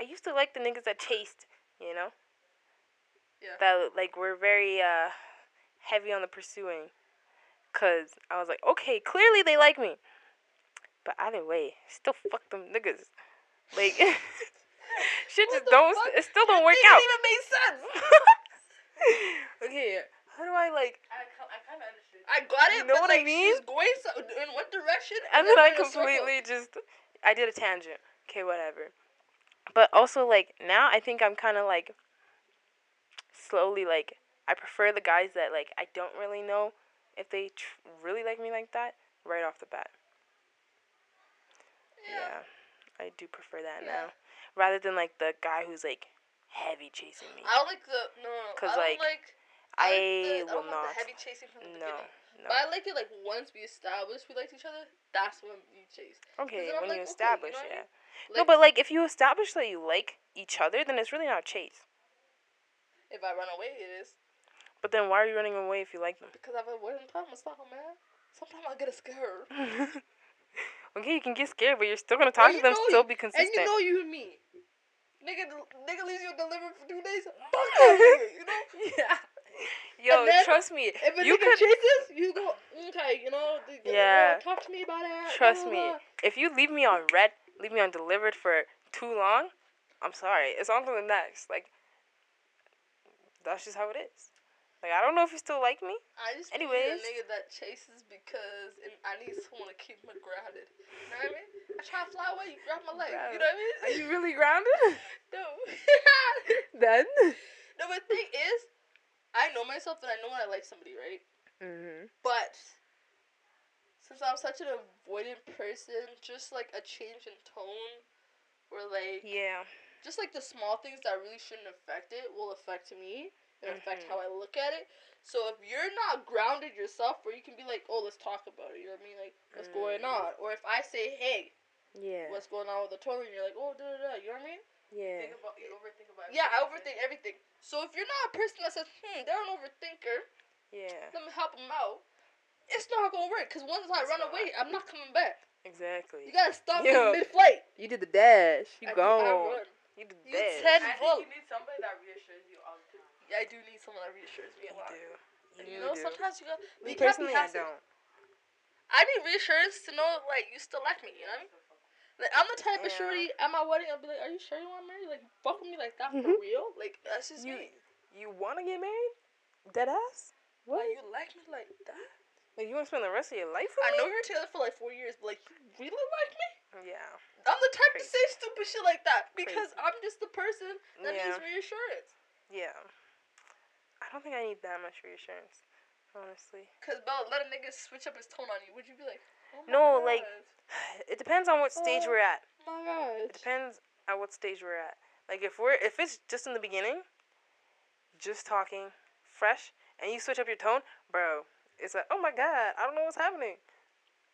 Speaker 1: I used to like the niggas that chased, you know?
Speaker 2: Yeah.
Speaker 1: That like were very uh heavy on the pursuing cuz I was like, "Okay, clearly they like me." But either way, still fuck them niggas. Like shit
Speaker 2: What
Speaker 1: just
Speaker 2: the
Speaker 1: don't
Speaker 2: fuck?
Speaker 1: it still don't
Speaker 2: Your
Speaker 1: work
Speaker 2: thing
Speaker 1: out.
Speaker 2: didn't even make sense.
Speaker 1: okay, how do I like
Speaker 3: I, co- I kind of understood.
Speaker 2: I got it.
Speaker 1: You know
Speaker 2: but,
Speaker 1: what I
Speaker 2: like,
Speaker 1: mean?
Speaker 2: She's going so, in one direction,
Speaker 1: and then I
Speaker 2: went in a circle.
Speaker 1: completely just I did a tangent. Okay, whatever. But also like now I think I'm kind of like slowly like I prefer the guys that like I don't really know if they tr- really like me like that right off the bat.
Speaker 2: Yeah.
Speaker 1: Yeah. I do prefer that
Speaker 2: Yeah.
Speaker 1: now rather than like the guy who's like heavy chasing me.
Speaker 2: I don't like the no. no, no.
Speaker 1: 'Cause,
Speaker 2: I
Speaker 1: like,
Speaker 2: don't like.
Speaker 1: I,
Speaker 2: like the, I
Speaker 1: will
Speaker 2: don't want
Speaker 1: not.
Speaker 2: The heavy chasing from the
Speaker 1: No.
Speaker 2: beginning.
Speaker 1: No.
Speaker 2: But I like it like once we established we liked each other. That's when you chase.
Speaker 1: okay,
Speaker 2: then I'm
Speaker 1: when you
Speaker 2: like, okay, you
Speaker 1: establish,
Speaker 2: know what I
Speaker 1: yeah.
Speaker 2: mean?
Speaker 1: no,
Speaker 2: Like,
Speaker 1: but like if you establish that you like each other, then it's really not a chase.
Speaker 2: if I run away, it is
Speaker 1: But then why are you running away if you like them?
Speaker 2: because I've avoided problem style, man. Sometimes I get scared.
Speaker 1: okay, you can get scared, but you're still gonna talk to
Speaker 2: you
Speaker 1: them.
Speaker 2: know
Speaker 1: Still
Speaker 2: you-
Speaker 1: be
Speaker 2: And
Speaker 1: consistent.
Speaker 2: you know you and me. Nigga, nigga leaves you delivered for two days. Fuck that nigga, you know?
Speaker 1: yeah. Yo,
Speaker 2: And then
Speaker 1: trust me.
Speaker 2: If a
Speaker 1: You
Speaker 2: nigga
Speaker 1: could-
Speaker 2: chases, you go okay. You know, the, the,
Speaker 1: Yeah.
Speaker 2: yeah. talk to me about it.
Speaker 1: Trust
Speaker 2: blah,
Speaker 1: me.
Speaker 2: blah, blah."
Speaker 1: If you leave me on red, leave me on delivered for too long, I'm sorry. It's on to the next. Like that's just how it is. Like I don't know if you still like me.
Speaker 2: I just
Speaker 1: Anyways.
Speaker 2: be a nigga that chases because and I need someone to keep me grounded. You know what I mean? I try to fly away, you grab my leg. You know what I
Speaker 1: Are
Speaker 2: mean?
Speaker 1: you really grounded?
Speaker 2: no.
Speaker 1: then.
Speaker 2: no, but the thing is, I know myself and I know when I like somebody, right?
Speaker 1: Mm-hmm.
Speaker 2: But since I'm such an avoidant person, just like a change in tone or like
Speaker 1: Yeah.
Speaker 2: just like the small things that really shouldn't affect it will affect me and affect
Speaker 1: Mhm.
Speaker 2: how I look at it. So if you're not grounded yourself, where you can be like, oh, let's talk about it. You know what I mean? Like, what's going on? Or if I say, hey,
Speaker 1: Mm. Yeah.
Speaker 2: what's going on with the toilet? And you're like, oh, da da da. You know what I mean?
Speaker 1: Yeah.
Speaker 3: Think about you overthink about.
Speaker 2: Yeah, I
Speaker 3: everything.
Speaker 2: overthink everything. So if you're not a person that says, hmm, they're an overthinker,
Speaker 1: Yeah.
Speaker 2: let me help them out. It's not gonna work because once I
Speaker 3: It's
Speaker 2: run
Speaker 3: not.
Speaker 2: away, I'm not coming back.
Speaker 1: Exactly.
Speaker 2: You gotta stop
Speaker 1: Yo.
Speaker 2: me mid-flight.
Speaker 1: You did the dash. You
Speaker 2: I do- I
Speaker 1: gone.
Speaker 2: run.
Speaker 1: You did the
Speaker 2: You
Speaker 1: dash.
Speaker 2: said
Speaker 3: I
Speaker 2: vote.
Speaker 3: think you need somebody that reassures you all the time.
Speaker 2: I do need someone that reassures me a lot.
Speaker 1: You do.
Speaker 2: You, know,
Speaker 1: do.
Speaker 2: sometimes you got.
Speaker 1: Me
Speaker 2: you can't be
Speaker 1: personally, I
Speaker 2: passive.
Speaker 1: don't.
Speaker 2: I need reassurance to know like you still like me. You know what I mean? Like I'm the type of
Speaker 1: Yeah.
Speaker 2: shorty at my wedding. I'll be like, "Are you sure you want to marry? Like fuck with me like that for
Speaker 1: Mhm.
Speaker 2: real? Like that's just
Speaker 1: You-
Speaker 2: me.
Speaker 1: You want to get married? Dead ass? What?
Speaker 2: Like you like me like that?
Speaker 1: Like you want to spend the rest of your life with
Speaker 2: I know
Speaker 1: me?
Speaker 2: we were together for like four years, but like you really like me?
Speaker 1: Yeah.
Speaker 2: I'm the type
Speaker 1: Crazy.
Speaker 2: to say stupid shit like that because
Speaker 1: Crazy.
Speaker 2: I'm just the person that
Speaker 1: yeah.
Speaker 2: needs reassurance.
Speaker 1: Yeah. I don't think I need that much reassurance, honestly.
Speaker 2: Cause Bella, let a nigga switch up his tone on you. Would you be like, oh my
Speaker 1: No, like-
Speaker 2: God,
Speaker 1: It depends on what stage
Speaker 2: Oh.
Speaker 1: we're at.
Speaker 2: my God.
Speaker 1: It depends at what stage we're at. Like if we're if it's just in the beginning, just talking, fresh, and you switch up your tone, bro. It's like, oh my god, I don't know what's happening.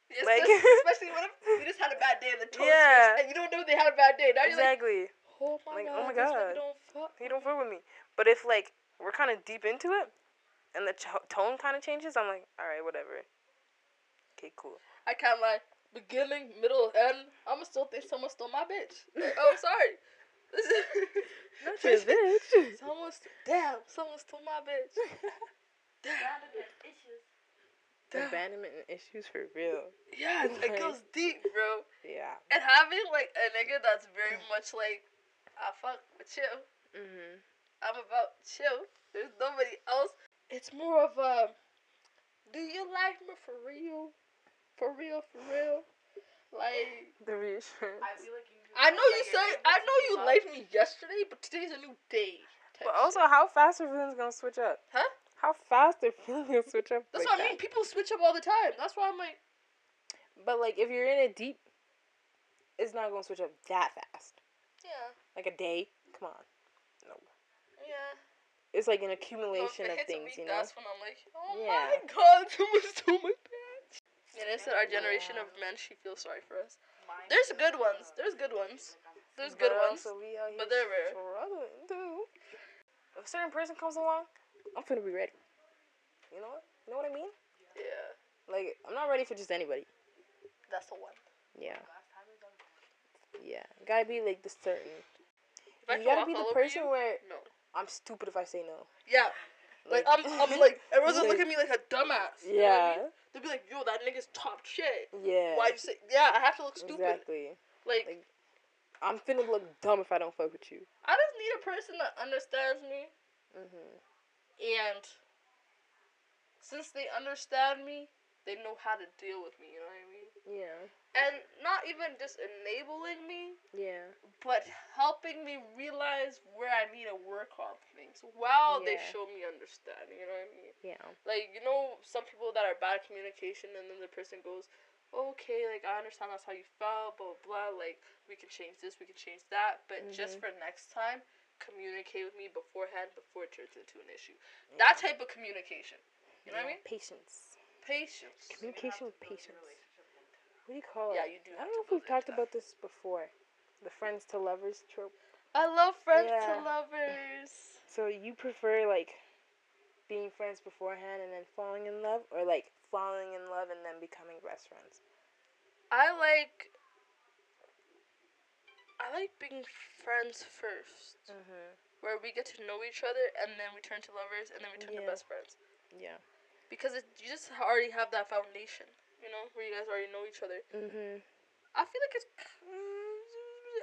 Speaker 2: Yes,
Speaker 1: like-
Speaker 2: especially, especially when I'm- we just had a bad day and the tone
Speaker 1: Yeah.
Speaker 2: switched, and you don't know they had a bad day. Now you're like,
Speaker 1: Exactly.
Speaker 2: Oh my
Speaker 1: Like,
Speaker 2: god.
Speaker 1: oh my
Speaker 2: this
Speaker 1: God.
Speaker 2: nigga Don't fuck.
Speaker 1: You don't feel with me. But if like we're kind of deep into it, and the ch- tone kind of changes, I'm like, all right, whatever. Okay, cool.
Speaker 2: I kind of like beginning, middle, end. I'ma still think someone stole my bitch. Like, oh, sorry. This is-
Speaker 1: bitch.
Speaker 2: Someone st- damn. Someone stole my bitch. Damn.
Speaker 1: Abandonment issues for real.
Speaker 2: Yeah, it goes deep, bro.
Speaker 1: Yeah.
Speaker 2: And having like a nigga that's very much like, I fuck with you.
Speaker 1: Mhm.
Speaker 2: Mm-hmm. I'm about chill. There's nobody else. It's more of a, do you like me for real? For real, for real. Like.
Speaker 1: The reassurance.
Speaker 3: I feel like you. need
Speaker 2: I know
Speaker 3: someone
Speaker 2: you
Speaker 3: that you're
Speaker 2: said
Speaker 3: able
Speaker 2: I
Speaker 3: to
Speaker 2: know you
Speaker 3: love.
Speaker 2: liked me yesterday, but today's a new day. type
Speaker 1: But also,
Speaker 2: shit.
Speaker 1: how fast are feelings gonna switch up?
Speaker 2: Huh?
Speaker 1: How fast are feelings gonna switch up?
Speaker 2: that's
Speaker 1: like
Speaker 2: what I
Speaker 1: that?
Speaker 2: mean. People switch up all the time. That's why I'm like,
Speaker 1: But like, if you're in it deep, it's not gonna switch up that fast.
Speaker 2: yeah,
Speaker 1: Like a day. Come on.
Speaker 2: yeah.
Speaker 1: It's like an
Speaker 2: No,
Speaker 1: accumulation
Speaker 2: if
Speaker 1: of
Speaker 2: "Oh, it hits a
Speaker 1: things,
Speaker 2: week,
Speaker 1: you know.
Speaker 2: That's when I'm like, oh
Speaker 1: Yeah.
Speaker 2: my god, someone's too much bitch. And I said our generation
Speaker 1: Yeah.
Speaker 2: of men should feel sorry for us.
Speaker 3: Mine
Speaker 2: There's
Speaker 3: is,
Speaker 2: good ones.
Speaker 3: uh,
Speaker 2: There's good ones. There's
Speaker 1: But
Speaker 2: good ones.
Speaker 1: also we out here
Speaker 2: but they're rare.
Speaker 1: struggling, too. If a certain person comes along, I'm finna be ready. You know what? You know what I mean?
Speaker 2: Yeah,
Speaker 1: Like, I'm not ready for just anybody.
Speaker 2: that's the one.
Speaker 1: Yeah,
Speaker 3: Last time we done that.
Speaker 1: yeah. Gotta be like the certain.
Speaker 2: If I
Speaker 1: you
Speaker 2: could
Speaker 1: gotta
Speaker 2: walk
Speaker 1: be
Speaker 2: all
Speaker 1: the
Speaker 2: over
Speaker 1: person
Speaker 2: you-
Speaker 1: where
Speaker 2: No.
Speaker 1: I'm stupid if I say no.
Speaker 2: Yeah, like I'm, I'm like everyone's gonna look at me like a dumbass. you know what I
Speaker 1: Yeah,
Speaker 2: mean? They'd be like, yo, that nigga's top shit.
Speaker 1: yeah.
Speaker 2: Why you say? Yeah, I have to look stupid.
Speaker 1: Exactly.
Speaker 2: Like,
Speaker 1: Like- I'm finna look dumb if I don't fuck with you.
Speaker 2: I just need a person that understands me.
Speaker 1: Mm-hmm.
Speaker 2: And since they understand me, they know how to deal with me, you know what I mean?
Speaker 1: Yeah.
Speaker 2: And not even just enabling me,
Speaker 1: Yeah.
Speaker 2: but helping me realize where I need to work on things while they
Speaker 1: Yeah.
Speaker 2: show me understanding, you know what I mean?
Speaker 1: Yeah.
Speaker 2: Like, you know, some people that are bad at communication, and then the person goes, okay, like, I understand that's how you felt, blah, blah, blah, like, we can change this, we can change that, but just
Speaker 1: Mhm.
Speaker 2: for next time, communicate with me beforehand before it turns into an issue. That type of communication. You know what I mean?
Speaker 1: Patience.
Speaker 2: Patience.
Speaker 3: You have
Speaker 1: Communication
Speaker 3: to
Speaker 1: with
Speaker 3: build your
Speaker 1: patience.
Speaker 3: relationship with them.
Speaker 1: What do you call it?
Speaker 2: Yeah, you do
Speaker 1: I
Speaker 2: have
Speaker 1: don't
Speaker 2: to
Speaker 1: know if we've
Speaker 2: build
Speaker 1: talked
Speaker 2: into that.
Speaker 1: about this before. The friends to lovers trope.
Speaker 2: I love friends
Speaker 1: Yeah.
Speaker 2: to lovers.
Speaker 1: So you prefer like being friends beforehand and then falling in love, or like falling in love and then becoming best friends?
Speaker 2: I like. I like being friends first.
Speaker 1: Mm-hmm.
Speaker 2: where we get to know each other and then we turn to lovers and then we turn
Speaker 1: Yeah.
Speaker 2: to best friends
Speaker 1: Yeah.
Speaker 2: because it, you just already have that foundation, you know, where you guys already know each other.
Speaker 1: Mhm.
Speaker 2: I feel like it's.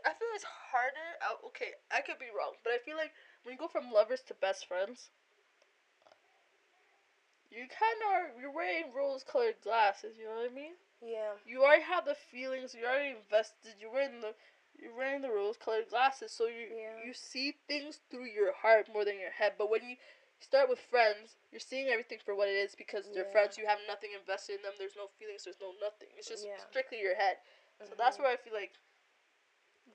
Speaker 2: I feel it's harder. I, okay, I could be wrong, but I feel like when you go from lovers to best friends, you kind of are. You're wearing rose-colored glasses. You know what I mean?
Speaker 1: Yeah.
Speaker 2: You already have the feelings. You already invested. You're wearing the. You're wearing the rose-colored glasses, so you
Speaker 1: Yeah.
Speaker 2: you see things through your heart more than your head. But when you start with friends, you're seeing everything for what it is because they're
Speaker 1: Yeah.
Speaker 2: friends. You have nothing invested in them. There's no feelings. There's no nothing. It's just
Speaker 1: Yeah.
Speaker 2: strictly your head. So that's
Speaker 1: Mhm.
Speaker 2: where I feel like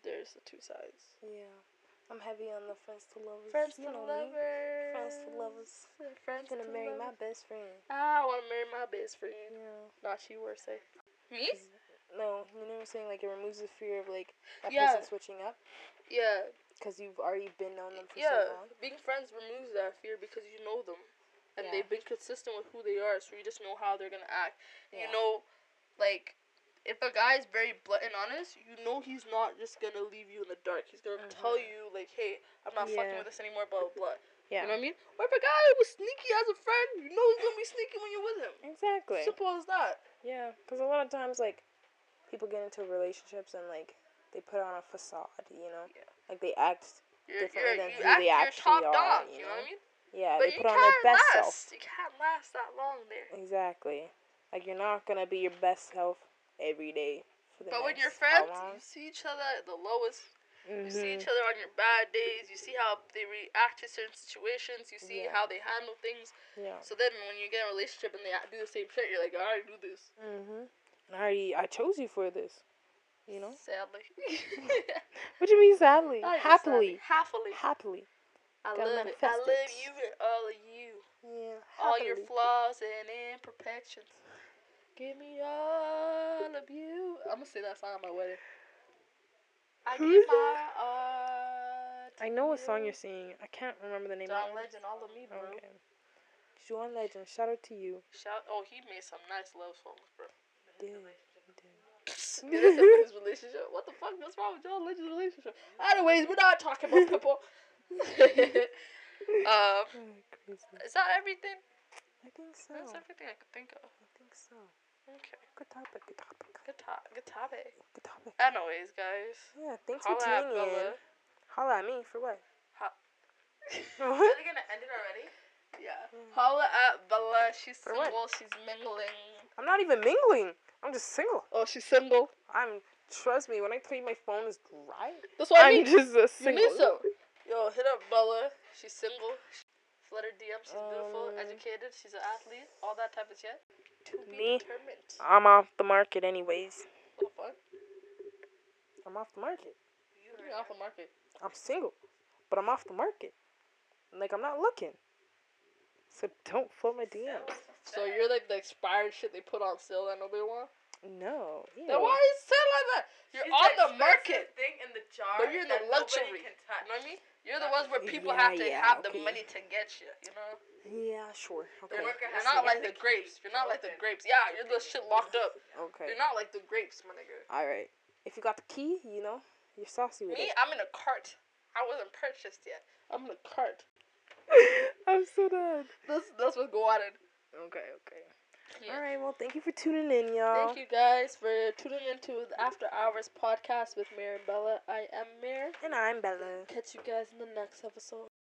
Speaker 2: there's the two sides.
Speaker 1: Yeah. I'm heavy on the friends to lovers.
Speaker 2: Friends
Speaker 1: you
Speaker 2: to
Speaker 1: know me.
Speaker 2: lovers.
Speaker 1: Friends to lovers.
Speaker 2: Friends
Speaker 1: I'm gonna
Speaker 2: to
Speaker 1: marry my
Speaker 2: lovers.
Speaker 1: best friend.
Speaker 2: Ah, I want to marry my best friend.
Speaker 1: Yeah.
Speaker 2: Not she were say. Me?
Speaker 1: No, you know what I'm saying? Like it removes the fear of like that
Speaker 2: Yeah.
Speaker 1: person switching up
Speaker 2: Yeah.
Speaker 1: because you've already been on them for
Speaker 2: yeah.
Speaker 1: so long.
Speaker 2: Being friends removes that fear because you know them. And
Speaker 1: Yeah.
Speaker 2: they've been consistent with who they are, so you just know how they're gonna act. And
Speaker 1: Yeah.
Speaker 2: You know, like, if a guy is very blunt and honest, you know he's not just gonna leave you in the dark. He's gonna tell
Speaker 1: Mhm.
Speaker 2: you, like, hey, I'm not fucking
Speaker 1: Yeah.
Speaker 2: with this anymore, blah, blah, blah.
Speaker 1: Yeah.
Speaker 2: You know what I mean? Or if a guy was sneaky as a friend, you know he's gonna be sneaky when you're with him.
Speaker 1: Exactly.
Speaker 2: Simple as that.
Speaker 1: Yeah, because a lot of times, like, people get into relationships and, like, they put on a facade, you know?
Speaker 2: Yeah.
Speaker 1: Like, they act,
Speaker 2: You're,
Speaker 1: Different
Speaker 2: you're,
Speaker 1: than
Speaker 2: you
Speaker 1: who
Speaker 2: act,
Speaker 1: they
Speaker 2: you're
Speaker 1: actually
Speaker 2: top
Speaker 1: are,
Speaker 2: dog.
Speaker 1: you
Speaker 2: You know what I mean?
Speaker 1: yeah,
Speaker 2: but
Speaker 1: they
Speaker 2: you
Speaker 1: put on their
Speaker 2: can't
Speaker 1: best
Speaker 2: last.
Speaker 1: self.
Speaker 2: You can't last that long there.
Speaker 1: Exactly. Like, you're not going to be your best self every day for the
Speaker 2: But when
Speaker 1: next
Speaker 2: you're
Speaker 1: how
Speaker 2: friends,
Speaker 1: long?
Speaker 2: you see each other at the lowest. You see
Speaker 1: Mhm.
Speaker 2: each other on your bad days. You see how they react to certain situations. You see
Speaker 1: Yeah.
Speaker 2: how they handle things.
Speaker 1: Yeah.
Speaker 2: So then, when you get in a relationship and they act- do the same shit, you're like, I already knew this.
Speaker 1: Mm-hmm. And I already, I chose you for this, you know?
Speaker 2: Sadly.
Speaker 1: What do you mean, sadly?
Speaker 2: Not just
Speaker 1: Happily.
Speaker 2: sadly, Happily.
Speaker 1: Happily.
Speaker 2: I
Speaker 1: Gotta
Speaker 2: love it. I
Speaker 1: manifest
Speaker 2: love
Speaker 1: it.
Speaker 2: you and all of you.
Speaker 1: Yeah.
Speaker 2: all your flaws and imperfections. Give me all of you. I'm gonna sing that song at my wedding. I
Speaker 1: Who
Speaker 2: give
Speaker 1: is
Speaker 2: my
Speaker 1: that?
Speaker 2: all. to
Speaker 1: I know what song
Speaker 2: you.
Speaker 1: you're singing. I can't remember the name
Speaker 2: John
Speaker 1: of it.
Speaker 2: Legend, all of me, bro.
Speaker 1: Okay. John Legend, shout out to you.
Speaker 2: Shout! Oh, he made some nice love songs, bro.
Speaker 1: Dude, dude.
Speaker 2: his relationship. What the fuck? What's wrong with John Legend's relationship? Anyways, we're not talking about people. um,
Speaker 1: Oh, crazy.
Speaker 2: is that everything?
Speaker 1: I think so.
Speaker 2: That's
Speaker 1: I
Speaker 2: everything I could think of.
Speaker 1: think so.
Speaker 2: Okay,
Speaker 1: Good topic. Good topic.
Speaker 2: good to- good topic.
Speaker 1: Good topic.
Speaker 2: Anyways, guys.
Speaker 1: Yeah, thanks for
Speaker 2: Holla at
Speaker 1: tuning in.
Speaker 2: Bella.
Speaker 1: Holla at me for what?
Speaker 3: Are they gonna end it already?
Speaker 2: Yeah.
Speaker 1: Mm.
Speaker 2: Holla at Bella. She's
Speaker 1: For what?
Speaker 2: single. She's mingling.
Speaker 1: I'm not even mingling. I'm just single.
Speaker 2: Oh, she's single.
Speaker 1: I'm. Trust me, when I tell you my phone is dry,
Speaker 2: That's what i mean.
Speaker 1: I'm just a
Speaker 2: you
Speaker 1: single.
Speaker 2: need some. Yo, hit up Bella. She's single. Flutter DM. She's beautiful,
Speaker 1: Um,
Speaker 2: educated. She's an athlete. All that type of shit. To be
Speaker 1: me?
Speaker 2: determined.
Speaker 1: I'm off the market, anyways.
Speaker 2: What the fuck?
Speaker 1: I'm off the market.
Speaker 3: You
Speaker 2: You're off the market.
Speaker 1: I'm single, but I'm off the market. Like I'm not looking. So don't flood my DMs.
Speaker 2: So you're like the expired shit they put on sale that nobody wants.
Speaker 1: No.
Speaker 2: Then
Speaker 1: ew.
Speaker 2: why is it like that? You're on the market.
Speaker 3: Thing in the jar
Speaker 2: But you're in the
Speaker 3: that nobody
Speaker 2: luxury.
Speaker 3: Can
Speaker 2: You
Speaker 3: touch.
Speaker 2: know what I mean? You're the
Speaker 3: Uh,
Speaker 2: ones where people
Speaker 1: Yeah,
Speaker 2: have to
Speaker 1: yeah,
Speaker 2: have
Speaker 1: okay.
Speaker 2: the money to get you. You know.
Speaker 1: Yeah, sure. Okay.
Speaker 2: You're, you're
Speaker 3: Worker has to
Speaker 2: not
Speaker 3: get
Speaker 2: like the
Speaker 3: the
Speaker 2: grapes. You're not like the grapes. Yeah, you're the shit locked up.
Speaker 1: Okay.
Speaker 2: You're not like the grapes, my nigga.
Speaker 1: All right. If you got the key, you know, you're saucy with
Speaker 2: Me,
Speaker 1: it.
Speaker 2: I'm in a cart. I wasn't purchased yet. I'm in a cart.
Speaker 1: I'm so done.
Speaker 2: That's that's what's going on.
Speaker 1: Okay, okay.
Speaker 2: Yeah.
Speaker 1: All right. Well, thank you for tuning in, y'all.
Speaker 2: Thank you guys for tuning into the After Hours podcast with Mayor and Bella. I am Mayor.
Speaker 1: And I'm Bella.
Speaker 2: Catch you guys in the next episode.